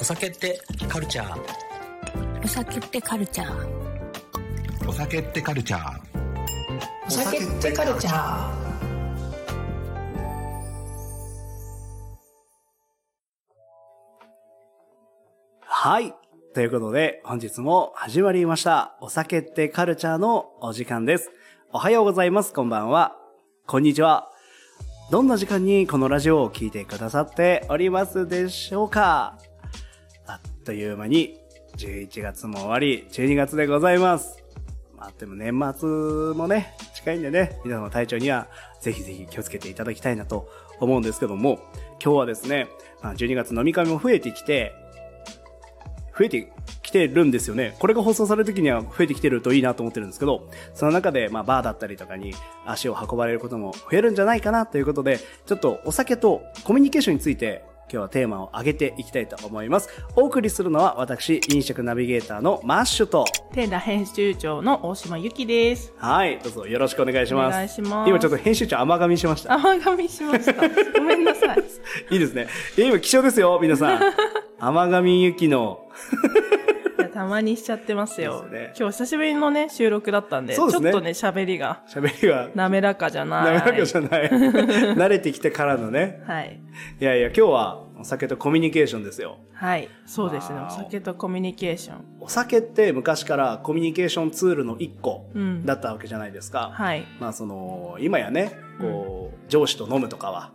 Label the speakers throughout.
Speaker 1: お酒ってカルチャー。
Speaker 2: お酒ってカルチャー。
Speaker 3: お酒ってカルチャー。
Speaker 4: お酒ってカルチャー。
Speaker 5: はい。ということで、本日も始まりました。お酒ってカルチャーのお時間です。おはようございます。こんばんは。こんにちは。どんな時間にこのラジオを聞いてくださっておりますでしょうかあっという間に、11月も終わり、12月でございます。まあ、でも年末もね、近いんでね、皆様体調にはぜひぜひ気をつけていただきたいなと思うんですけども、今日はですね、まあ、12月飲み会も増えてきて、増えてきてるんですよね。これが放送される時には増えてきてるといいなと思ってるんですけど、その中で、まあ、バーだったりとかに足を運ばれることも増えるんじゃないかなということで、ちょっとお酒とコミュニケーションについて、今日はテーマを上げていきたいと思います。お送りするのは私、飲食ナビゲーターのマッシュと、
Speaker 6: テーラ編集長の大島由紀です。
Speaker 5: はい、どうぞよろしくお願いします。
Speaker 6: お願いします
Speaker 5: 今ちょっと編集長甘噛みしました。
Speaker 6: 甘噛みしま した。ごめんなさい。
Speaker 5: いいですね。え今、貴重ですよ、皆さん。甘噛みゆきの、
Speaker 6: いやたまにしちゃってますよ。
Speaker 5: ですね
Speaker 6: 今日久しぶりのね、収録だったんで、
Speaker 5: そうで
Speaker 6: ちょ
Speaker 5: す
Speaker 6: っ
Speaker 5: ね
Speaker 6: とね、喋りが
Speaker 5: 喋りは、
Speaker 6: 滑らかじゃない。
Speaker 5: なかなかじゃない。慣れてきてからのね。
Speaker 6: はい。
Speaker 5: いやいや、今日はお酒とコミュニケーションですよ。
Speaker 6: はい。そうですね。
Speaker 5: わ
Speaker 6: お
Speaker 5: ーお
Speaker 6: 酒とコミュニケーション。
Speaker 5: お酒って昔からコミュニケーションツールの一個
Speaker 6: うん
Speaker 5: だったわけじゃないですか。
Speaker 6: はい。
Speaker 5: まあその、今やね、こう、上司と飲むとかは、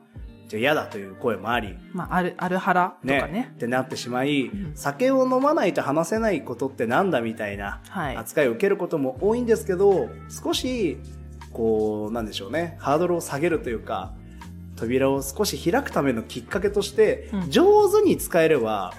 Speaker 5: じゃあ嫌だという声もあり、
Speaker 6: まあ、ある、あるはらと
Speaker 5: ね
Speaker 6: かね。
Speaker 5: ってなってしまい、
Speaker 6: ん
Speaker 5: 酒を飲まないと話せないことってなんだみたいな
Speaker 6: はい
Speaker 5: 扱いを受けることも多いんですけど少しこうなんでしょうねハードルを下げるというか扉を少し開くためのきっかけとして、
Speaker 6: うん
Speaker 5: 上手に使えれば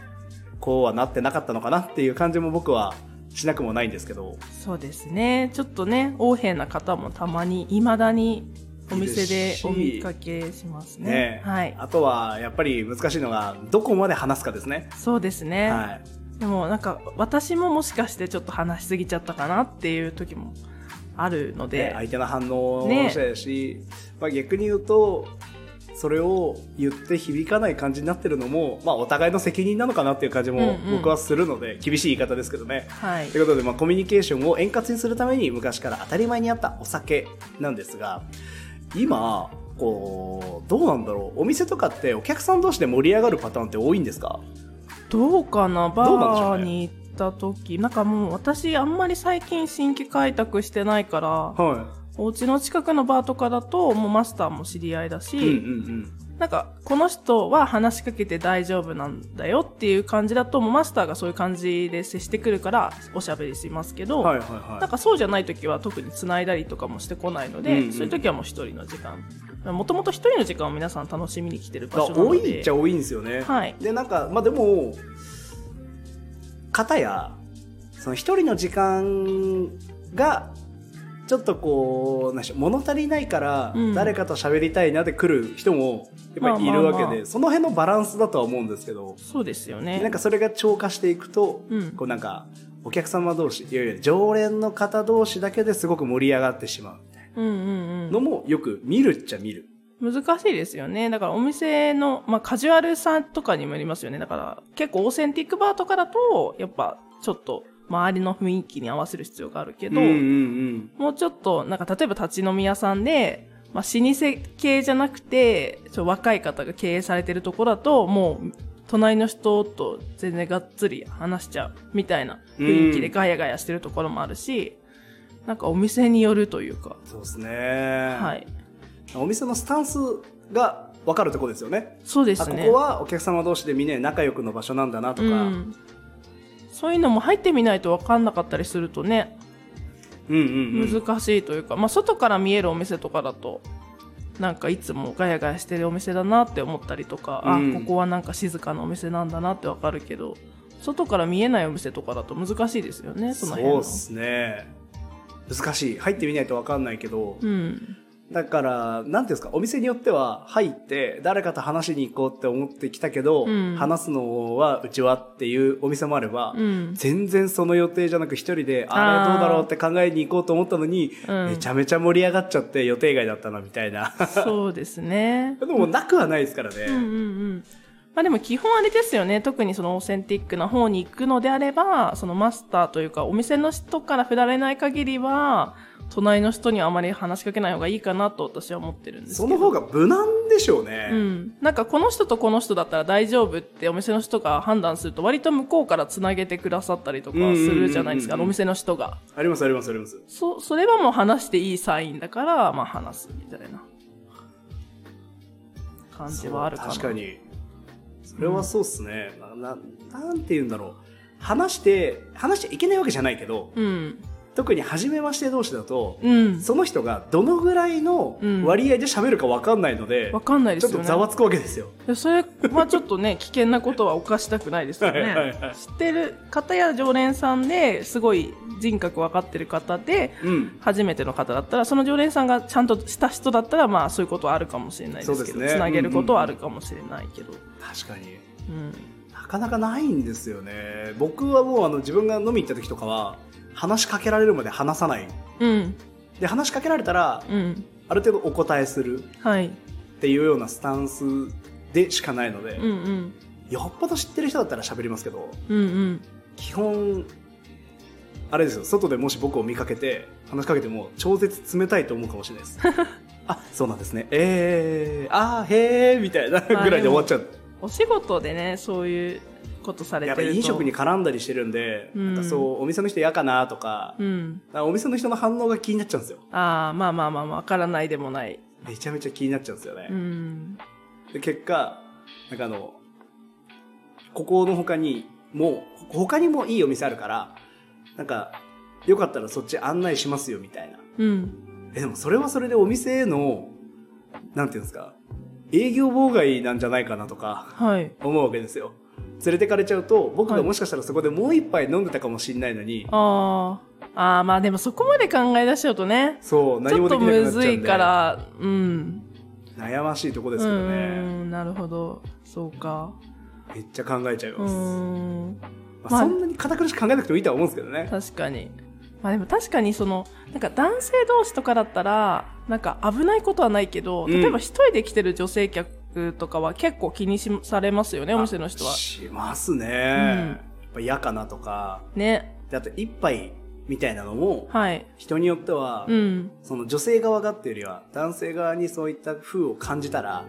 Speaker 5: こうはなってなかったのかなっていう感じも僕はしなくもないんですけど
Speaker 6: そうですね。ちょっとね、横柄な方もたまに、未だにお店でお見かけしますね。
Speaker 5: ね
Speaker 6: はい。
Speaker 5: あとはやっぱり難しいのがどこまで話すかですね。
Speaker 6: そうですね。
Speaker 5: はい
Speaker 6: でもなんか私ももしかしてちょっと話しすぎちゃったかなっていう時もあるの
Speaker 5: ね
Speaker 6: で、
Speaker 5: 相手の反応も
Speaker 6: ね
Speaker 5: そうやし、まあ、逆に言うとそれを言って響かない感じになってるのも、まあ、お互いの責任なのかなっていう感じも
Speaker 6: うんうん
Speaker 5: 僕はするので、厳しい言い方ですけどね。
Speaker 6: はい
Speaker 5: ということで、まあ、コミュニケーションを円滑にするために昔から当たり前にあったお酒なんですが今こうどうなんだろうお店とかってお客さん同士で盛り上がるパターンって多いんですか
Speaker 6: どうかなバ
Speaker 5: どうなんでしょう
Speaker 6: ー
Speaker 5: ね
Speaker 6: に行った時なんかもう私あんまり最近新規開拓してないから、
Speaker 5: は
Speaker 6: お家の近くのバーとかだともうマスターも知り合いだし、
Speaker 5: い、うんうん
Speaker 6: なんかこの人は話しかけて大丈夫なんだよっていう感じだともうマスターがそういう感じで接してくるからおしゃべりしますけ
Speaker 5: う
Speaker 6: ど、
Speaker 5: んはいはいはい
Speaker 6: なんかそうじゃない時は特に繋いだりとかもしてこないので、
Speaker 5: うんうん
Speaker 6: そういう時はもう一人の時間もともと一人の時間を皆さん楽しみに来てる場
Speaker 5: が
Speaker 6: 所なの
Speaker 5: 多
Speaker 6: で
Speaker 5: いっちゃ多いんですよね。
Speaker 6: はい
Speaker 5: でなんかまあでも方やその一人の時間がちょっとこうなんでしょう物足りないから
Speaker 6: うん
Speaker 5: 誰かと喋りたいなって来る人もやっぱりいるわけで、
Speaker 6: まあまあまあ
Speaker 5: その辺のバランスだとは思うんですけど、
Speaker 6: そうですよね
Speaker 5: なんかそれが超過していくと、
Speaker 6: うん
Speaker 5: こうなんかお客様同士いやいや常連の方同士だけですごく盛り上がってしまうみたい
Speaker 6: うんうん
Speaker 5: なのもよく見るっちゃ見る。
Speaker 6: うん、難しいですよねだからお店の、まあ、カジュアルさんとかにもよりますよねだから結構オーセンティックバーとかだとやっぱちょっと周りの雰囲気に合わせる必要があるけど、
Speaker 5: うんうん
Speaker 6: もうちょっとなんか例えば立ち飲み屋さんで、まあ、老舗系じゃなくてちょ若い方が経営されてるとこだともう隣の人と全然がっつり話しちゃうみたいな雰囲気でガヤガヤしてるところもあるし、なんかお店によるというか、
Speaker 5: そうですね。
Speaker 6: はい
Speaker 5: お店のスタンスが分かるとこですよね
Speaker 6: そうで
Speaker 5: あ
Speaker 6: す
Speaker 5: こ
Speaker 6: ね
Speaker 5: こはお客様同士でみんなで仲良くの場所なんだなとか、う、
Speaker 6: うんん、そういうのも入ってみないと分かんなかったりするとね
Speaker 5: うんうん
Speaker 6: 難しいというか、まあ、外から見えるお店とかだとなんかいつもガヤガヤしてるお店だなって思ったりとか、
Speaker 5: うん
Speaker 6: あここはなんか静かなお店なんだなってわかるけど外から見えないお店とかだと難しいですよねその辺
Speaker 5: そう
Speaker 6: は
Speaker 5: ですね難しい入ってみないと分かんないけど、
Speaker 6: うん
Speaker 5: だから何ていうんですかお店によっては入って誰かと話しに行こうって思ってきたけど、
Speaker 6: うん
Speaker 5: 話すのはうちはっていうお店もあれば、
Speaker 6: うん
Speaker 5: 全然その予定じゃなく一人で
Speaker 6: あ
Speaker 5: あ
Speaker 6: ー
Speaker 5: れどうだろうって考えに行こうと思ったのに、
Speaker 6: うん
Speaker 5: めちゃめちゃ盛り上がっちゃって予定外だったなみたいな
Speaker 6: そうですね
Speaker 5: でもなくはないですからね、
Speaker 6: うんうんうんまあでも基本あれですよね。特にそのオーセンティックな方に行くのであれば、そのマスターというかお店の人から振られない限りは、隣の人にはあまり話しかけない方がいいかなと私は思ってるんですけ
Speaker 5: そ
Speaker 6: ど。
Speaker 5: の方が無難でしょうね。
Speaker 6: うん、なんかこの人とこの人だったら大丈夫ってお店の人が判断すると割と向こうからつなげてくださったりとかするじゃないですか、
Speaker 5: うん
Speaker 6: あの
Speaker 5: うんうんうん
Speaker 6: お店の人が
Speaker 5: ありますありますあります。
Speaker 6: そそれはもう話していいサインだから、まあ、話すみたいな感じはあるかな
Speaker 5: 確かに。それはそうっすね。な、ななんて言うんだろう。話して、話しちゃいけないわけじゃないけど、
Speaker 6: うん
Speaker 5: 特に初めまして同士だと、
Speaker 6: うん
Speaker 5: その人がどのぐらいの割合で喋るか分かんないので、
Speaker 6: わかんないで
Speaker 5: ちょ
Speaker 6: す
Speaker 5: っ
Speaker 6: よ
Speaker 5: と
Speaker 6: ね
Speaker 5: ざわつくわけですよ。
Speaker 6: でそれはちょっとね危険なことは犯したくないですよね
Speaker 5: はいはいはい
Speaker 6: 知ってる方や常連さんですごい人格分かってる方で
Speaker 5: うん。
Speaker 6: 初めての方だったらその常連さんがちゃんとした人だったらまあそういうことはあるかもしれないです
Speaker 5: そう
Speaker 6: けど
Speaker 5: ですね
Speaker 6: つなげることはあるかもしれないけど、
Speaker 5: 確かに。
Speaker 6: うん
Speaker 5: なかなかないんですよね。僕はもうあの自分が飲み行った時とかは、話しかけられるまで話さない。
Speaker 6: うん
Speaker 5: で、話しかけられたら、
Speaker 6: うん
Speaker 5: ある程度お答えする
Speaker 6: はい
Speaker 5: っていうようなスタンスでしかないので、
Speaker 6: うんうん
Speaker 5: よっぽど知ってる人だったら喋りますけど、
Speaker 6: うんうん
Speaker 5: 基本、あれですよ、外でもし僕を見かけて、話しかけても、超絶冷たいと思うかもしれな いです。あ、そうなんですね。えー、あー、へー、みたいな ぐ
Speaker 6: まあ
Speaker 5: らいで終わっちゃう。
Speaker 6: お仕事でねそういうことされ
Speaker 5: や
Speaker 6: て
Speaker 5: っ
Speaker 6: る
Speaker 5: ぱ
Speaker 6: と
Speaker 5: り飲食に絡んだりしてるんで、
Speaker 6: うん
Speaker 5: なんかそう、お店の人嫌かなとか、
Speaker 6: うん
Speaker 5: なんかお店の人の反応が気になっちゃうんですよ。
Speaker 6: ああまあまあまあわからないでもない
Speaker 5: めちゃめちゃ気になっちゃうんですよね。
Speaker 6: うん
Speaker 5: で結果、なんかあの、ここの他にも、他にもいいお店あるから、なんか、よかったらそっち案内しますよみたいな。
Speaker 6: うん
Speaker 5: え、でもそれはそれでお店への、なんていうんですか、営業妨害なんじゃないかなとか
Speaker 6: はい
Speaker 5: 思うわけですよ。連れてかれちゃうと、僕
Speaker 6: は
Speaker 5: が
Speaker 6: い
Speaker 5: もしかしたらそこでもう一杯飲んでたかもしれないのに、
Speaker 6: あーあーまあでもそこまで考え出しちゃうとね
Speaker 5: そう、
Speaker 6: ち
Speaker 5: 何
Speaker 6: ょ
Speaker 5: も
Speaker 6: っ
Speaker 5: で
Speaker 6: と
Speaker 5: きなく
Speaker 6: む
Speaker 5: なっちゃうん
Speaker 6: ず
Speaker 5: で。
Speaker 6: いからうん
Speaker 5: 悩ましいとこです
Speaker 6: う
Speaker 5: けどね。
Speaker 6: ーんなるほどそうか
Speaker 5: めっちゃ考えちゃいうます。
Speaker 6: ーん
Speaker 5: まあ
Speaker 6: まあ
Speaker 5: そんなに堅苦しく考えなくてもいいとは思うんですけどね。
Speaker 6: 確かにまあでも確かにそのなんか男性同士とかだったらなんか危ないことはないけど
Speaker 5: うん
Speaker 6: 例えば一人で来てる女性客とかは結構気にしされますよねお店の人は
Speaker 5: あしますね。やっぱ嫌かなとか。
Speaker 6: ね
Speaker 5: であと一杯みたいなのも、
Speaker 6: はい
Speaker 5: 人によっては、
Speaker 6: うん
Speaker 5: その女性側がっていうよりは男性側にそういった風を感じたら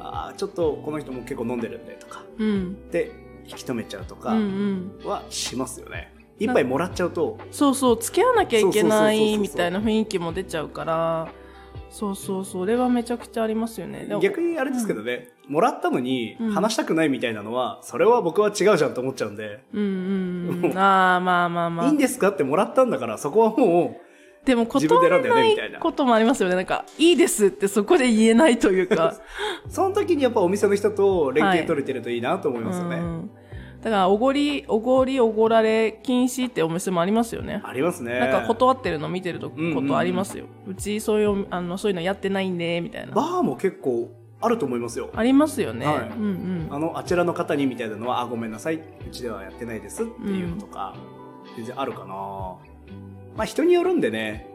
Speaker 5: あーちょっとこの人も結構飲んでるんでとか
Speaker 6: うん
Speaker 5: で引き止めちゃうと
Speaker 6: う
Speaker 5: か
Speaker 6: んうん
Speaker 5: はしますよね、一杯もらっちゃうと
Speaker 6: そうそう付き合わなきゃいけな
Speaker 5: そうそうそうそうそ
Speaker 6: いうみたいな雰囲気も出ちゃうからそうそうそれはめちゃくちゃありますよねでも
Speaker 5: 逆にあれですけどね、もらったのに
Speaker 6: うん
Speaker 5: 話したくないみたいなのはそれは僕は違うじゃんと思っちゃうんで、
Speaker 6: うんうんうんああまあまあまあ
Speaker 5: いいんですかってもらったんだからそこはも
Speaker 6: でも
Speaker 5: 自分
Speaker 6: 断
Speaker 5: で選
Speaker 6: れ
Speaker 5: んだよ
Speaker 6: な
Speaker 5: ねみたい
Speaker 6: い
Speaker 5: な
Speaker 6: こともありますよね。なんか、いいですってそこで言えないというか。
Speaker 5: うその時にやっぱお店の人と連携取れてるといいなと思いますよね、
Speaker 6: うんだから、おごり、おごり、おごられ禁止ってお店もありますよね。
Speaker 5: ありますね
Speaker 6: なんか断ってるの見てるとこ
Speaker 5: うんうんうん
Speaker 6: とありますよ。うちそういう、あの、そういうのやってないんで、みたい
Speaker 5: バ
Speaker 6: な。
Speaker 5: ーも結構あると思いますよ
Speaker 6: ありますよね。
Speaker 5: はい
Speaker 6: うんうん。
Speaker 5: あのあちらの方にみたいなのは「あごめんなさいうちではやってないです」っていうのとか、全然あるかなまあ人によるんでね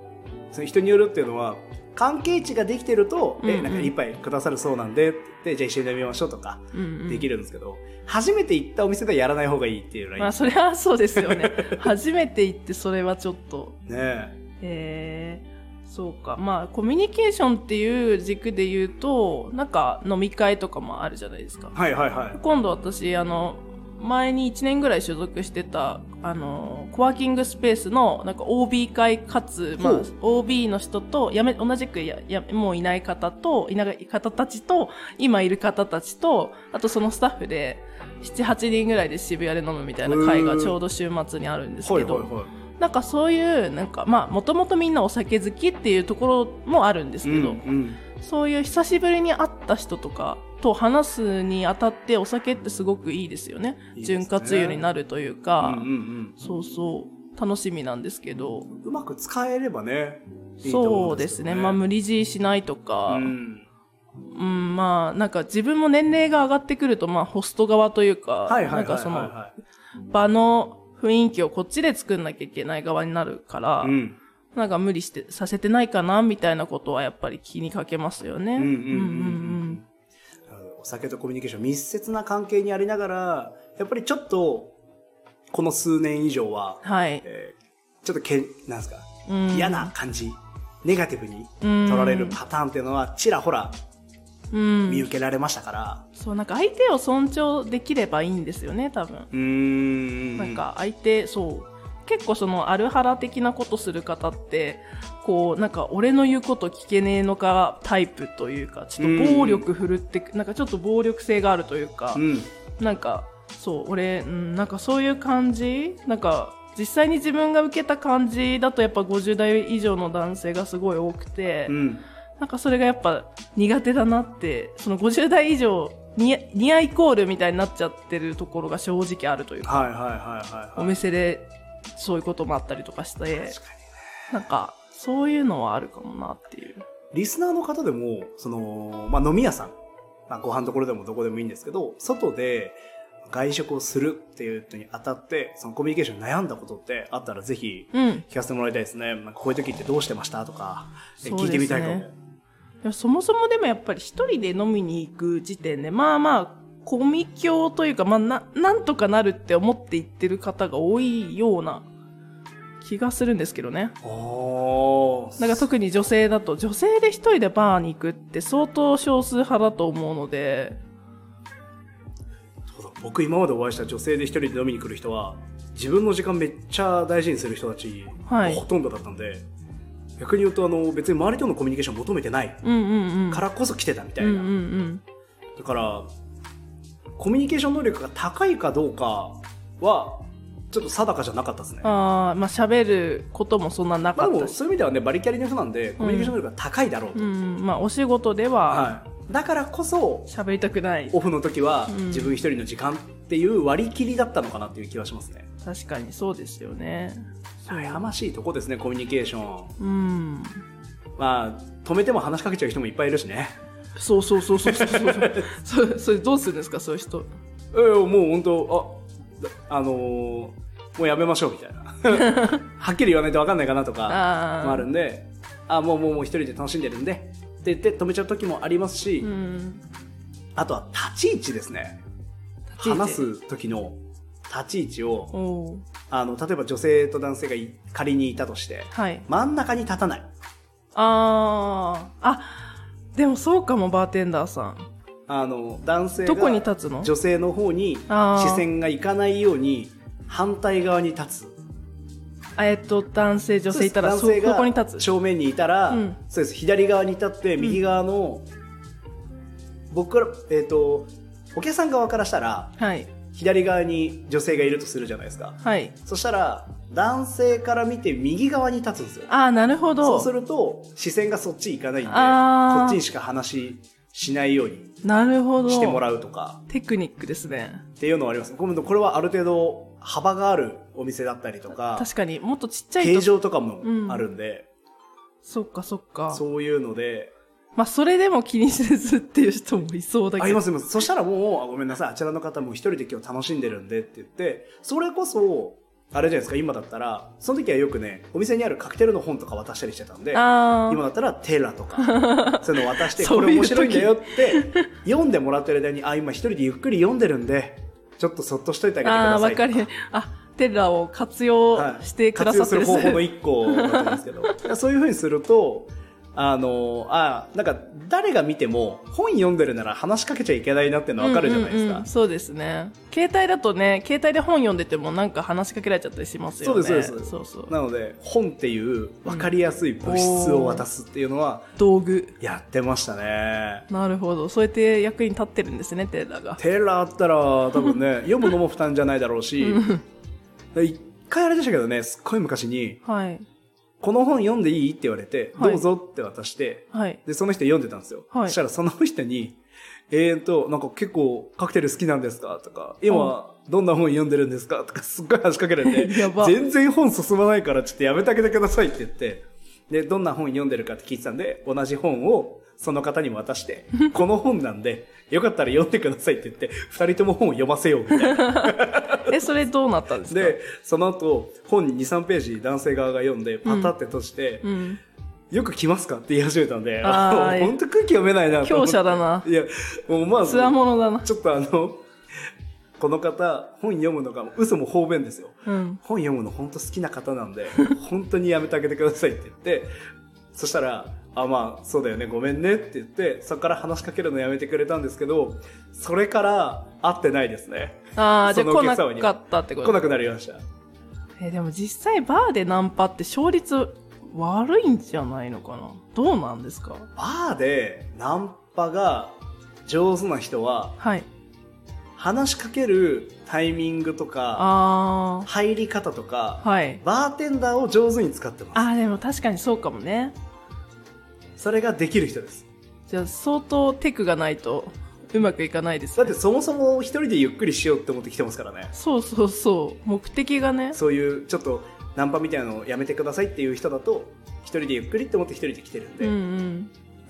Speaker 5: その人によるっていうのは関係値ができてると「
Speaker 6: うんう
Speaker 5: え
Speaker 6: ん
Speaker 5: なんか一杯くださるそうなんで」って言ってじゃあ一緒に飲みましょう」とか
Speaker 6: うんうん
Speaker 5: できるんですけど、初めて行ったお店ではやらない方がいいっていうライン、
Speaker 6: まあ、それはそうですよ ね。初めて行ってそれはちょっと。
Speaker 5: ね
Speaker 6: えー、そうか。まあ、コミュニケーションっていう軸で言うと、なんか飲み会とかもあるじゃないですか。
Speaker 5: はいはいはい
Speaker 6: 今度私、あの、前に1年ぐらい所属してた、あの、コワーキングスペースの、なんか OB 会かつ、まあ
Speaker 5: ほう、
Speaker 6: OB の人と、やめ、同じくや、や、もういない方と、いない方たちと、今いる方たちと、あとそのスタッフで、7、8人ぐらいで渋谷で飲むみたいな会がちょうど週末にあるんです
Speaker 5: は
Speaker 6: け
Speaker 5: いはい
Speaker 6: ど、
Speaker 5: は
Speaker 6: なんかそういう、なんかまあ、もともとみんなお酒好きっていうところもあるんです
Speaker 5: い、
Speaker 6: けど、
Speaker 5: うんうん
Speaker 6: そういう久しぶりに会った人とかと話すにあたってお酒ってすごくいいですよね。
Speaker 5: いいですね
Speaker 6: 潤滑油になるというか、
Speaker 5: うんうん
Speaker 6: そうそう、楽しみなんですけど、
Speaker 5: うんうまく使えればねいいと思
Speaker 6: そ
Speaker 5: ん
Speaker 6: うで
Speaker 5: け
Speaker 6: す
Speaker 5: ど
Speaker 6: ね。まあ、無理強いしないとか、う、
Speaker 5: うんん
Speaker 6: まあ、なんか自分も年齢が上がってくると、まあ、ホスト側というか、
Speaker 5: はいは
Speaker 6: ないん
Speaker 5: は
Speaker 6: か
Speaker 5: い
Speaker 6: そ
Speaker 5: はい
Speaker 6: の
Speaker 5: は
Speaker 6: 場の雰囲気をこっちで作んなきゃいけない側になるから、
Speaker 5: いうん
Speaker 6: なんか無理してさせてないかなみたいなことはやっぱり気にかけますよね。
Speaker 5: うんうんうん
Speaker 6: うん
Speaker 5: うんお酒とコミュニケーション密接な関係にありながら、やっぱりちょっと、この数年以上は、
Speaker 6: はい。
Speaker 5: えーちょっとけん、なんですか、
Speaker 6: うん
Speaker 5: 嫌な感じ、ネガティブに
Speaker 6: うん
Speaker 5: 取られるパターンっていうのは、ちらほら
Speaker 6: うん
Speaker 5: 見受けられましたから、
Speaker 6: そう、なんか相手を尊重できればいいんですよね、多分。
Speaker 5: うーん。
Speaker 6: なん、か相手、そう。結構そのアルハラ的なことする方って、こう、なんか俺の言うこと聞けねえのかタイプというか、ちょっと暴力振るってく、なんかちょっと暴力性があるというか、
Speaker 5: うん。
Speaker 6: なんか、そう、俺、うん、なんかそういう感じなんか、実際に自分が受けた感じだとやっぱ50代以上の男性がすごい多くて、
Speaker 5: うん。
Speaker 6: なんかそれがやっぱ苦手だなって、その50代以上に、ニアイコールみたいになっちゃってるところが正直あるというか、
Speaker 5: はいはいはいはい、
Speaker 6: お
Speaker 5: はい。
Speaker 6: 店でそういうこともあったりとかして、なんか、そういうのはあるかもなっていう。
Speaker 5: リスナーの方でも、その、まあ、飲み屋さん、まあ、ご飯どころでもどこでもいいんですけど、外で外食をするっていうのにあたって、そのコミュニケーションに悩んだことってあったらぜひ
Speaker 6: うん。
Speaker 5: 聞かせてもらいたいですね。なんかこういう時ってどうしてましたとか、え
Speaker 6: そうですね
Speaker 5: 聞いてみたいかも。
Speaker 6: でもそもそもでもやっぱり一人で飲みに行く時点で、まあまあ、コミキョというか、まあな、なんとかなるって思って行ってる方が多いような気がするんですけどね。
Speaker 5: おー
Speaker 6: なんか特に女性だと、女性で一人でバーに行くって相当少数派だと思うので、
Speaker 5: そうだ僕今までお会いした女性で一人で飲みに来る人は、自分の時間めっちゃ大事にする人たち
Speaker 6: は
Speaker 5: が
Speaker 6: い
Speaker 5: ほとんどだったんで、逆に言うとあの別に周りとのコミュニケーション求めてない
Speaker 6: うんうんうん。
Speaker 5: からこそ来てたみた
Speaker 6: う
Speaker 5: い
Speaker 6: ん
Speaker 5: な。
Speaker 6: うんうん。
Speaker 5: だから、コミュニケーション能力が高いかどうかは、ちょっと定かじゃなかったですね。
Speaker 6: ああ、まあ喋ることもそんなな
Speaker 5: ま
Speaker 6: か
Speaker 5: あで
Speaker 6: っ
Speaker 5: も、
Speaker 6: たし。
Speaker 5: そういう意味ではね、バリキャリの人なんで、コミュニケーション能力が高いだろう
Speaker 6: う
Speaker 5: と。
Speaker 6: ん、まあお仕事では
Speaker 5: はい。だからこそ、
Speaker 6: 喋りたくない。
Speaker 5: オフの時は
Speaker 6: うん
Speaker 5: 自分一人の時間っていう割り切りだったのかなっていう気はしますね。
Speaker 6: 確かにそうですよね。そう
Speaker 5: 悩ましいとこですね、コミュニケーション。
Speaker 6: うん。
Speaker 5: まあ、止めても話しかけちゃう人もいっぱいいるしね。
Speaker 6: そうそうそうそうそうそう。 そう、それどうするんですか、そういう人。
Speaker 5: ええもう本当、あ、あのーもうやめましょうみたいな。 はっきり言わないと分かんないかなとか。
Speaker 6: あー
Speaker 5: もあるんで、あ、もうもうもう一人で楽しんでるんで、って言って止めちゃう時もありますし、
Speaker 6: うん。
Speaker 5: あとは立ち位置ですね。
Speaker 6: 立ち位置
Speaker 5: 話す時の立ち位置を、
Speaker 6: おう
Speaker 5: あの、例えば女性と男性がい仮にいたとして、
Speaker 6: はい。
Speaker 5: 真ん中に立たない。
Speaker 6: ああ。あ、でもそうかも、バーテンダーさん。
Speaker 5: あの、男性が
Speaker 6: どこに立つの
Speaker 5: 女性の方に
Speaker 6: あー
Speaker 5: 視線がいかないように、反対側に立つ。
Speaker 6: あえっと、男性、女性いたら、
Speaker 5: そう
Speaker 6: そ、
Speaker 5: です
Speaker 6: どこに
Speaker 5: 男性
Speaker 6: 立
Speaker 5: が
Speaker 6: つ
Speaker 5: 正面にいたら、
Speaker 6: うん
Speaker 5: そうです左側に立って右側の、僕らえっ、とお客さん側からしたら
Speaker 6: はい。
Speaker 5: 左側に女性がいるとするじゃないですか
Speaker 6: はい。
Speaker 5: そしたら男性から見て右側に立つんですよ
Speaker 6: ああ、なるほ
Speaker 5: そ
Speaker 6: ど
Speaker 5: う。すると視線がそっち行かないんで
Speaker 6: あー
Speaker 5: こっちにしか話しないように
Speaker 6: なるほど。
Speaker 5: してもらうとか
Speaker 6: テクニックですね。
Speaker 5: っていうのはあります今度これはある程度幅があるお店だったりとか
Speaker 6: 確かに、もっとちっちゃい
Speaker 5: 形
Speaker 6: と。
Speaker 5: 状とかもあるんで、
Speaker 6: そっか、そっか。
Speaker 5: そういうので
Speaker 6: まあ、それでも気にせずっていう人もいそうだ
Speaker 5: あ
Speaker 6: け
Speaker 5: り
Speaker 6: ど
Speaker 5: ま。すいますそしたらもうあごめんなさいあちらの方も一人で今日楽しんでるんでって言ってそれこそあれじゃないですか今だったらその時はよくねお店にあるカクテルの本とか渡したりしてたんで
Speaker 6: ああ。
Speaker 5: 今だったらテラと かそういうの渡して
Speaker 6: そういう
Speaker 5: これ面白いんだよっ
Speaker 6: 時
Speaker 5: て読んでもらってる間にあ今一人でゆっくり読んでるんでちょっとそっとしといてあげてく
Speaker 6: ああ
Speaker 5: だ
Speaker 6: ー、
Speaker 5: さ
Speaker 6: わ
Speaker 5: いとか
Speaker 6: かる。あ、テラを活用
Speaker 5: はい
Speaker 6: してくださってる、
Speaker 5: 活用する方法の一個だと思うんですけどだか らそういうふうにするとあのあなんか誰が見ても本読んでるなら話しかけちゃいけないなっていうの分かるじゃないです
Speaker 6: うん
Speaker 5: か、
Speaker 6: うんうんそうですね。携帯だとね、携帯で本読んでてもなんか話しかけられちゃったりしますよね。
Speaker 5: そうですそうです
Speaker 6: そうそう
Speaker 5: なので本っていう分かりやすい物質を渡すっていうのは
Speaker 6: 道具。
Speaker 5: やってましたね、
Speaker 6: なるほど。そうやって役に立ってるんですね、テラが。
Speaker 5: テラあったら多分ね 読むのも負担じゃないだろうしで一回あれでしたけどねすっごい昔に
Speaker 6: はい。
Speaker 5: 「この本読んでいい?」って言われて「
Speaker 6: はい
Speaker 5: どうぞ」って渡して
Speaker 6: はい。
Speaker 5: でその人読んでたんですよ、
Speaker 6: はい
Speaker 5: そしたらその人に「えーとなんか結構カクテル好きなんですか?」とか「今どんな本読んでるんですか?」とかすっごい話しかけられ て
Speaker 6: やば
Speaker 5: 全然本進まないからちょっとやめてあげてくださいって言って、で、どんな本読んでるかって聞いてたんで、同じ本をその方にも渡して、 この本なんで、よかったら読んでくださいって言って、二人とも本を読ませよう みたいな。
Speaker 6: え、それどうなったんですか
Speaker 5: で、その後、本2、3ページ男性側が読んで、パタって閉じて、
Speaker 6: うん。
Speaker 5: よく来ますかって言い始めたんで、
Speaker 6: あー
Speaker 5: 本当空気読めないなと思
Speaker 6: 強者
Speaker 5: って
Speaker 6: だな。
Speaker 5: いや、もうまず、
Speaker 6: つわものだな。
Speaker 5: ちょっとあの、この方、本読むのが、嘘も方便ですよ。
Speaker 6: うん。
Speaker 5: 本読むの本当好きな方な んで、本当にやめてあげてくださいって言って、そしたら、あ、まあ、そうだよね、ごめんねって言って、そこから話しかけるのやめてくれたんですけど、それから会ってないですね。
Speaker 6: ああ、じゃ
Speaker 5: そ
Speaker 6: あ来
Speaker 5: のお客
Speaker 6: な
Speaker 5: 様に
Speaker 6: かったってこ
Speaker 5: 来
Speaker 6: と
Speaker 5: なくなりました。
Speaker 6: えーでも実際バーでナンパって勝率悪いんじゃないのかなどうなんですか
Speaker 5: バーでナンパが上手な人は、
Speaker 6: はい。
Speaker 5: 話しかけるタイミングとか、
Speaker 6: あ
Speaker 5: 入り方とか、
Speaker 6: あ、はい。
Speaker 5: バーテンダーを上手に使ってます。
Speaker 6: ああ、でも確かにそうかもね。
Speaker 5: それができる人です。
Speaker 6: じゃあ相当テクがないとうまくいかないです
Speaker 5: だっ
Speaker 6: ね
Speaker 5: て。そもそも一人でゆっくりしようって思ってきてますからね。
Speaker 6: そうそうそう。目的がね。
Speaker 5: そういうちょっとナンパみたいなのをやめてくださいっていう人だと、一人でゆっくりって思って一人で来てるんで、
Speaker 6: うんう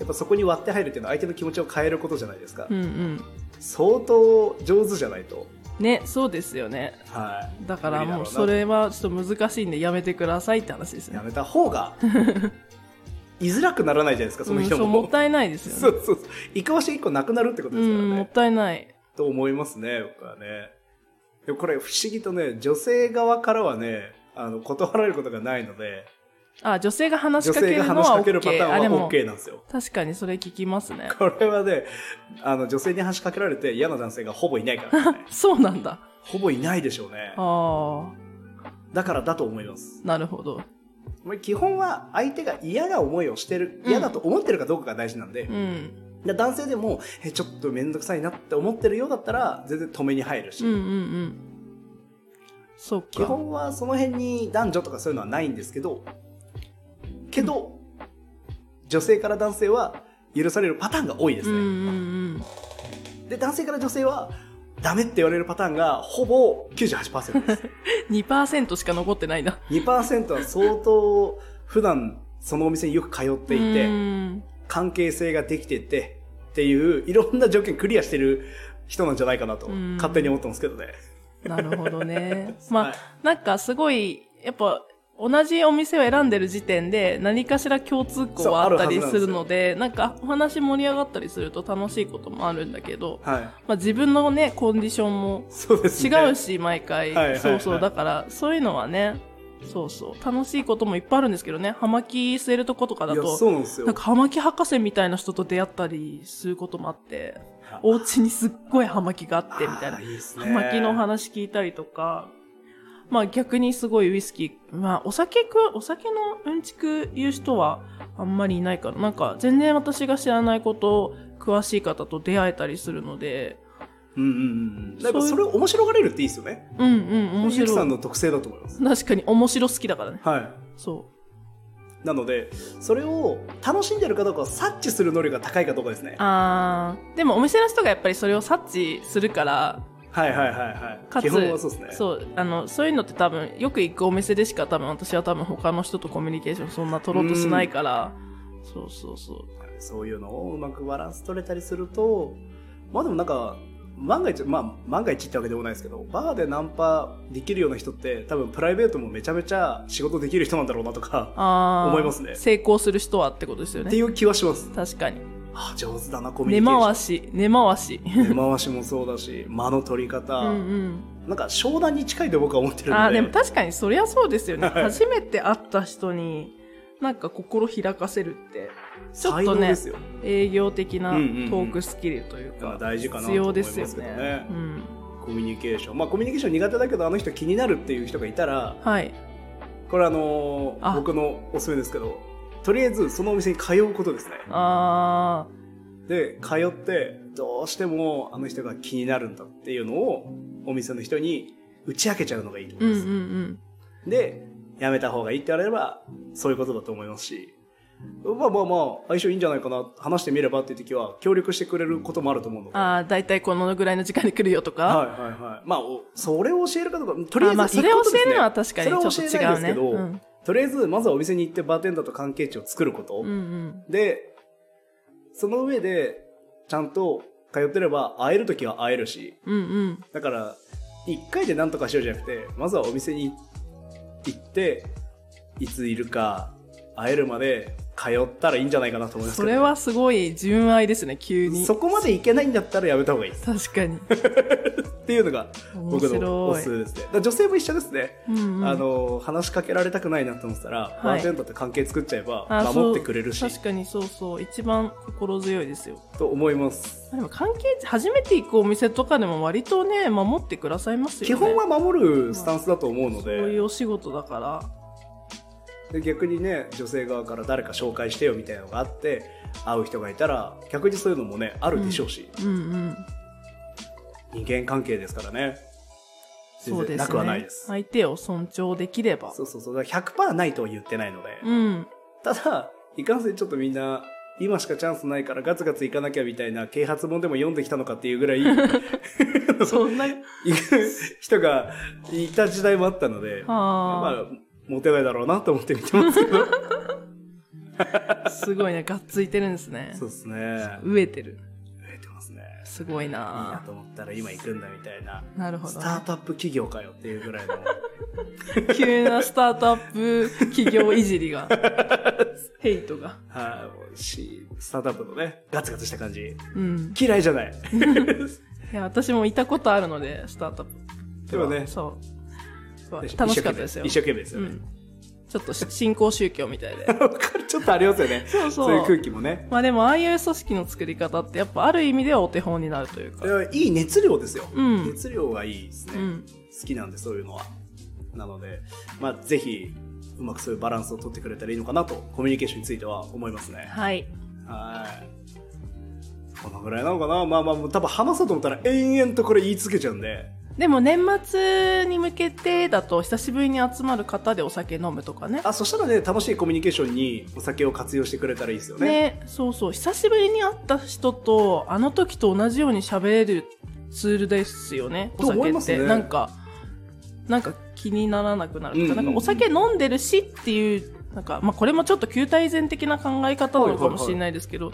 Speaker 5: や
Speaker 6: ん。
Speaker 5: っぱそこに割って入るっていうのは相手の気持ちを変えることじゃないですか。
Speaker 6: うんうん。
Speaker 5: 相当上手じゃないと。
Speaker 6: ね、そうですよね。
Speaker 5: はい。
Speaker 6: だからもう
Speaker 5: 無理だろうな
Speaker 6: それはちょっと難しいんでやめてくださいって話ですね
Speaker 5: や。めた 方が、居づらくならないじゃないですか、その
Speaker 6: うん、
Speaker 5: 人
Speaker 6: そう
Speaker 5: も。
Speaker 6: もったいないですよね。
Speaker 5: そうそうそう。いかわし1個なくなるってことですから
Speaker 6: うん、もっ
Speaker 5: ね。
Speaker 6: たいない。
Speaker 5: と思いますね、僕はね。でもこれ不思議とね、女性側からはね、あの、断られることがないので、
Speaker 6: あ、女性が話し
Speaker 5: 女
Speaker 6: かけ
Speaker 5: 性
Speaker 6: る
Speaker 5: が
Speaker 6: の
Speaker 5: 話し
Speaker 6: は
Speaker 5: かけるパタ
Speaker 6: OK。あ、で
Speaker 5: ーンは
Speaker 6: も、
Speaker 5: OK なんですよ。
Speaker 6: 確かにそれ聞きますね。。
Speaker 5: これはね、あの、女性に話しかけられて嫌な男性がほぼいないからね
Speaker 6: そうなんだ。
Speaker 5: ほぼいないでしょうね
Speaker 6: あ。あ、
Speaker 5: だからだと思います。
Speaker 6: なるほど。
Speaker 5: まあ基本は相手が嫌な思いをしてる、嫌だと思ってるかどうかが大事なんで、
Speaker 6: うん。
Speaker 5: で男性でも、え、ちょっとめんどくさいなって思ってるようだったら、全然止めに入るし、
Speaker 6: うんうんうん。そっ
Speaker 5: 基
Speaker 6: か。
Speaker 5: 本はその辺に男女とかそういうのはないんですけど、けど、女性から男性は許されるパターンが多いで
Speaker 6: う
Speaker 5: す
Speaker 6: んう
Speaker 5: ね。
Speaker 6: んうん。
Speaker 5: で、男性から女性は、ダメって言われるパターンがほぼ98%です。
Speaker 6: 2%しか残ってないな。
Speaker 5: 2%は相当普段そのお店によく通っていて、
Speaker 6: うん
Speaker 5: 関係性ができててっていういろんな条件クリアしてる人なんじゃないかなと
Speaker 6: うん
Speaker 5: 勝手に思ってますけどね。
Speaker 6: なるほど ね。ま
Speaker 5: は
Speaker 6: あ
Speaker 5: い、
Speaker 6: なんかすごい、やっぱ、同じお店を選んでる時点で何かしら共通項はあったり
Speaker 5: そうあるはずなん
Speaker 6: す
Speaker 5: ですよ
Speaker 6: るので、なんかお話盛り上がったりすると楽しいこともあるんだけど、
Speaker 5: はい。
Speaker 6: まあ自分のね、コンディションも
Speaker 5: そうですね。
Speaker 6: 違うし、毎回、
Speaker 5: はいはいはい
Speaker 6: そうそう。だから、そういうのはね、そうそう。楽しいこともいっぱいあるんですけどね。葉巻吸えるとことかだ
Speaker 5: いや、
Speaker 6: と、
Speaker 5: そうなんです
Speaker 6: なん
Speaker 5: よ。
Speaker 6: か葉巻博士みたいな人と出会ったりすることもあって、お家にすっごい葉巻があって、みたい
Speaker 5: あ
Speaker 6: な
Speaker 5: ー。いですね
Speaker 6: 葉巻の話聞いたりとか、まあ逆にすごいウイスキー、まあお酒く、お酒のうんちく言う人はあんまりいないから、なんか全然私が知らないこと、詳しい方と出会えたりするので、
Speaker 5: うんうんうん。なんかそれ面白がれるっていいですよね。
Speaker 6: うんうん、面
Speaker 5: ゆきさ
Speaker 6: 白
Speaker 5: ん
Speaker 6: い。
Speaker 5: の特性だと思いま
Speaker 6: 確
Speaker 5: す。
Speaker 6: かに面白好きだからね。
Speaker 5: はい。
Speaker 6: そ
Speaker 5: なので、それを楽しんでるかどうかを察知する能力が高いかどうかですね
Speaker 6: う。。あー、でもお店の人がやっぱりそれを察知するから、
Speaker 5: はいはいはいはい。
Speaker 6: かつ、
Speaker 5: 基本はそうですね。
Speaker 6: そう、あの、そういうのって多分、よく行くお店でしか多分、私は多分他の人とコミュニケーションそんな取ろうとしないから、そうそうそう。
Speaker 5: そういうのをうまくバランス取れたりすると、まあでもなんか、万が一、まあ万が一ってわけでもないですけど、バーでナンパできるような人って多分プライベートもめちゃめちゃ仕事できる人なんだろうなとか、
Speaker 6: あー
Speaker 5: 思いますね
Speaker 6: 成功する人はってことですよ
Speaker 5: って
Speaker 6: ね
Speaker 5: いう気はします。
Speaker 6: 確かに
Speaker 5: あ、上手だな、コミュ
Speaker 6: 根
Speaker 5: ニケー
Speaker 6: 回
Speaker 5: シ
Speaker 6: し根回し
Speaker 5: ョン。根回しもそうだし、間の取り方、
Speaker 6: うんうん
Speaker 5: なんか商談に近いと僕は思ってるので。
Speaker 6: あーでも確かにそりゃそうですよね
Speaker 5: はい
Speaker 6: 初めて会った人になんか心開かせるってちょっ
Speaker 5: 才
Speaker 6: と
Speaker 5: 能
Speaker 6: ね
Speaker 5: ですよ。
Speaker 6: 営業的な
Speaker 5: う
Speaker 6: ト
Speaker 5: んうんうん
Speaker 6: ークスキルという
Speaker 5: まあ
Speaker 6: か
Speaker 5: 大事かなと
Speaker 6: 必
Speaker 5: 思
Speaker 6: 要
Speaker 5: いま
Speaker 6: ですす
Speaker 5: け
Speaker 6: よ
Speaker 5: ど
Speaker 6: ね
Speaker 5: ね
Speaker 6: う。ん、
Speaker 5: コミュニケーション。まあコミュニケーション苦手だけど、あの人気になるっていう人がいたら、
Speaker 6: はい
Speaker 5: これあのー
Speaker 6: あ
Speaker 5: 僕のおすすめですけど、とりあえずそのお店に通うことですね。
Speaker 6: あ
Speaker 5: で、通って、どうしてもあの人が気になるんだっていうのを、お店の人に打ち明けちゃうのがいいと
Speaker 6: ーう
Speaker 5: 思
Speaker 6: んう
Speaker 5: い
Speaker 6: ん
Speaker 5: ま
Speaker 6: う
Speaker 5: す。
Speaker 6: ん
Speaker 5: で、やめた方がいいって言われれば、そういうことだと思いますし、まあまあまあ、相性いいんじゃないかな、話してみればっていう時は、協力してくれることもあると思うので。
Speaker 6: ああ大体このぐらいの時間に来るよとか、
Speaker 5: はいはいはい。まあ、おそれを教えるかどうか、とりあえず
Speaker 6: まあそれを教えるのは
Speaker 5: 行くことです
Speaker 6: 確か
Speaker 5: ね
Speaker 6: にちょっと
Speaker 5: そ
Speaker 6: 違う
Speaker 5: れ
Speaker 6: ね
Speaker 5: は教えないですけど、
Speaker 6: うん
Speaker 5: とりあえず、まずはお店に行ってバーテンダーと関係値を作ること。
Speaker 6: うんうん
Speaker 5: で、その上で、ちゃんと通ってれば、会えるときは会えるし、
Speaker 6: うんうん
Speaker 5: だから、一回で何とかしようじゃなくて、まずはお店に行って、いついるか、会えるまで通ったらいいんじゃないかなと思います
Speaker 6: そ
Speaker 5: けど。
Speaker 6: れはすごい純愛ですね、急に。
Speaker 5: そこまでいけないんだったらやめた方がいいです。
Speaker 6: 確かに。
Speaker 5: っていうのが僕
Speaker 6: 面白
Speaker 5: の
Speaker 6: い
Speaker 5: おすすめですね。だから女性も一緒ですね。
Speaker 6: うんうん
Speaker 5: あの、話しかけられたくないなと思ってたら、
Speaker 6: い
Speaker 5: ワンジェンダーって関係作っちゃえば
Speaker 6: あ
Speaker 5: 守ってくれるし
Speaker 6: そう、確かにそうそう。一番心強いですよ。
Speaker 5: と思います。
Speaker 6: まあでも関係、初めて行くお店とかでも割とね、守ってくださいますよね。
Speaker 5: 基本は守るスタンスだと思うの
Speaker 6: こうい
Speaker 5: で
Speaker 6: う、お仕事だから。
Speaker 5: で逆にね、女性側から誰か紹介してよみたいなのがあって、会う人がいたら、逆にそういうのもね、あるでしょうし、
Speaker 6: うんうん。
Speaker 5: 人間関係ですからね。全
Speaker 6: そうですね。
Speaker 5: 然なくはないです。
Speaker 6: 相手を尊重できれば。
Speaker 5: そうそうそう。だから100%ないとは言ってないので。
Speaker 6: うん。
Speaker 5: ただ、いかんせんちょっとみんな、今しかチャンスないからガツガツいかなきゃみたいな啓発本でも読んできたのかっていうぐらい、
Speaker 6: そんな、
Speaker 5: 行く 人がいた時代もあったので、ま
Speaker 6: あ
Speaker 5: あ、モテないだろうなと思って見てますけど。
Speaker 6: あ、すごいね。がっついてるんですね。
Speaker 5: そうですね。増
Speaker 6: 飢えてる。
Speaker 5: えてますね。
Speaker 6: すごい
Speaker 5: いいな
Speaker 6: な
Speaker 5: と思ったら今行くんだみたいな。
Speaker 6: なるほ
Speaker 5: ス
Speaker 6: ど
Speaker 5: タ。ートアップ企業かよっていうぐらいの。
Speaker 6: 急なスタートアップ企業いじり が。ヘイトが。
Speaker 5: はい、し、スタートアップのね、ガツガツした感じ。
Speaker 6: うん。
Speaker 5: 嫌いじゃない。
Speaker 6: いや、私もいたことあるので、スタートアップ。
Speaker 5: でもね、
Speaker 6: そう。楽
Speaker 5: 一
Speaker 6: し
Speaker 5: 生懸命
Speaker 6: かったですよ。
Speaker 5: 一生懸命ですよ
Speaker 6: う
Speaker 5: ね。
Speaker 6: ん。ちょっとし新興宗教みたいで。
Speaker 5: わかるちょっとありますよね。
Speaker 6: そうそう
Speaker 5: いう空気もね。
Speaker 6: まあでも、ああいう組織の作り方って、やっぱある意味ではお手本になるというか。
Speaker 5: でいい熱量ですよ。
Speaker 6: うん
Speaker 5: 熱量がいいですね、
Speaker 6: うん
Speaker 5: 好きなんで、そういうのは。なので、まあ、ぜひ、うまくそういうバランスを取ってくれたらいいのかなと、コミュニケーションについては思いますね。
Speaker 6: はい。
Speaker 5: はい。このぐらいなのかなまあまあ、もう多分話そうと思ったら延々とこれ言い続けちゃうんで。
Speaker 6: でも年末に向けてだと久しぶりに集まる方でお酒飲むとかね。
Speaker 5: あ、そしたらね、楽しいコミュニケーションにお酒を活用してくれたらいいですよね。
Speaker 6: ね、そうそう。久しぶりに会った人と、あの時と同じように喋れるツールですよね。お
Speaker 5: と思
Speaker 6: 酒
Speaker 5: いま
Speaker 6: っ
Speaker 5: すね
Speaker 6: て。なんか、なんか気にならなくなるというか。
Speaker 5: うんうんう
Speaker 6: な
Speaker 5: ん
Speaker 6: んかお酒飲んでるしっていう、なんか、まあこれもちょっと旧態前的な考え方なのかもしれないですけど、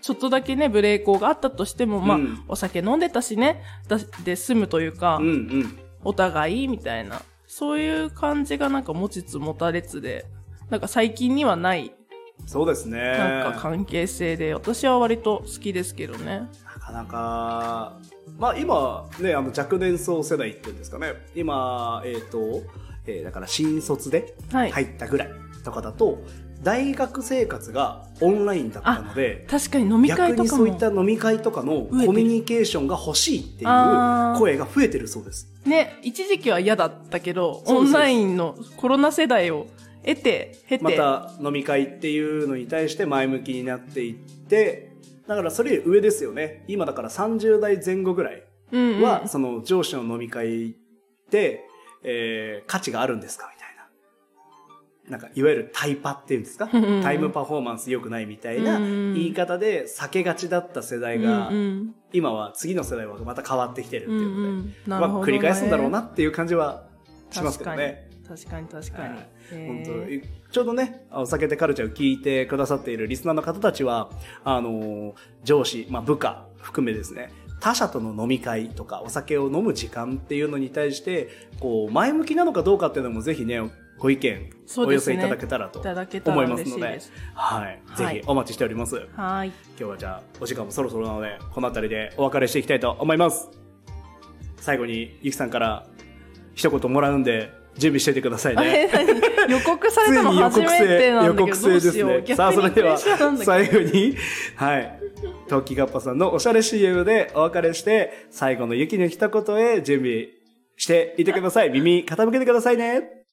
Speaker 6: ちょっとだけね、無礼講があったとしても、まあ、
Speaker 5: うん
Speaker 6: お酒飲んでたしね、だで済むというか、
Speaker 5: うんうん。
Speaker 6: お互いみたいな、そういう感じがなんか持ちつ持たれつで、なんか最近にはない、
Speaker 5: そうですね。
Speaker 6: なんか関係性で、私は割と好きですけどね。
Speaker 5: なかなか、まあ今、ね、あの若年層世代って言うんですかね。今、えっ、と、えーだから新卒で
Speaker 6: はい
Speaker 5: 入ったぐらいとかだと、大学生活がオンラインだったので、
Speaker 6: 確かに飲み
Speaker 5: 逆
Speaker 6: 会と
Speaker 5: に
Speaker 6: か
Speaker 5: そうい
Speaker 6: も
Speaker 5: っ、た飲み会とかの
Speaker 6: えてる
Speaker 5: コミュニケーションが欲しいっていう
Speaker 6: あー
Speaker 5: 声が増えてるそうです。
Speaker 6: ね、一時期は嫌だったけど、
Speaker 5: そう
Speaker 6: オ
Speaker 5: です
Speaker 6: ンラインのコロナ世代を得て、経て、
Speaker 5: また飲み会っていうのに対して前向きになっていって、だからそれより上ですよね。今だから30代前後ぐらい
Speaker 6: うんうん
Speaker 5: は、その上司の飲み会で、えー価値があるんですかみたいな。なんか、いわゆるタイパっていうんですか
Speaker 6: うんうん
Speaker 5: タイムパフォーマンス良くないみたいな
Speaker 6: うんうん
Speaker 5: 言い方で避けがちだった世代
Speaker 6: うん
Speaker 5: が、
Speaker 6: うん
Speaker 5: 今は次の世代はまた変わってきてるって
Speaker 6: う
Speaker 5: い
Speaker 6: ん
Speaker 5: うので、
Speaker 6: うんな
Speaker 5: ま
Speaker 6: る
Speaker 5: あ
Speaker 6: ほどね
Speaker 5: 繰り返すんだろうなっていう感じはしますけどね。
Speaker 6: 確かに確かに
Speaker 5: はい
Speaker 6: 確かに。
Speaker 5: 本
Speaker 6: へー
Speaker 5: 当ちょうどね、あお酒でカルチャーを聞いてくださっているリスナーの方たちは、あのー、上司、まあ、部下含めですね、他者との飲み会とかお酒を飲む時間っていうのに対して、こう、前向きなのかどうかっていうのもぜひね、ご意見、
Speaker 6: そう
Speaker 5: お
Speaker 6: で
Speaker 5: 寄
Speaker 6: す
Speaker 5: せ
Speaker 6: ね
Speaker 5: いただけたらと
Speaker 6: いただけたら
Speaker 5: 思います
Speaker 6: 嬉
Speaker 5: の
Speaker 6: しい
Speaker 5: で、
Speaker 6: です
Speaker 5: はい、
Speaker 6: は
Speaker 5: ぜ
Speaker 6: い
Speaker 5: ひお待ちしております。今
Speaker 6: はーい。
Speaker 5: 日はじゃあ、お時間もそろそろなので、この辺りでお別れしていきたいと思い ます。最後に、ゆきさんから一言もらうんで、準備していてくださいね。
Speaker 6: あ れ何予告さ れたの初めてな
Speaker 5: 予
Speaker 6: んだけ
Speaker 5: 告
Speaker 6: ど、どう
Speaker 5: 制で
Speaker 6: し
Speaker 5: す
Speaker 6: よう。
Speaker 5: ね。さあ、それでは、最後に、はい。トッキガッパさんのおしゃれ CM でお別れして、最後の雪の一言へ準備していてください。耳傾けてくださいね。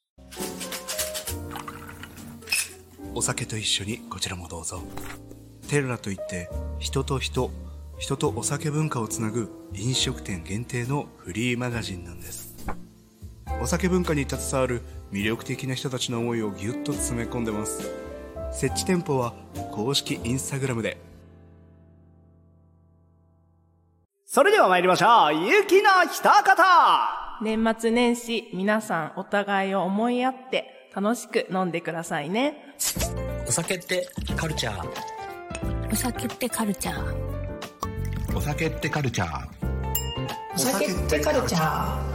Speaker 3: お酒と一緒にこちらもどうぞテルラといって人と人人とお酒文化をつなぐ飲食店限定のフリーマガジンなんですお酒文化に携わる魅力的な人たちの思いをぎゅっと詰め込んでます設置店舗は公式インスタグラムで
Speaker 5: それでは参りましょう。雪の一言
Speaker 6: 年末年始、皆さんお互いを思い合って、楽しく飲んでくださいね。
Speaker 1: お酒ってカルチャー
Speaker 2: お酒ってカルチャー
Speaker 3: お酒ってカルチャー
Speaker 4: お酒ってカルチャー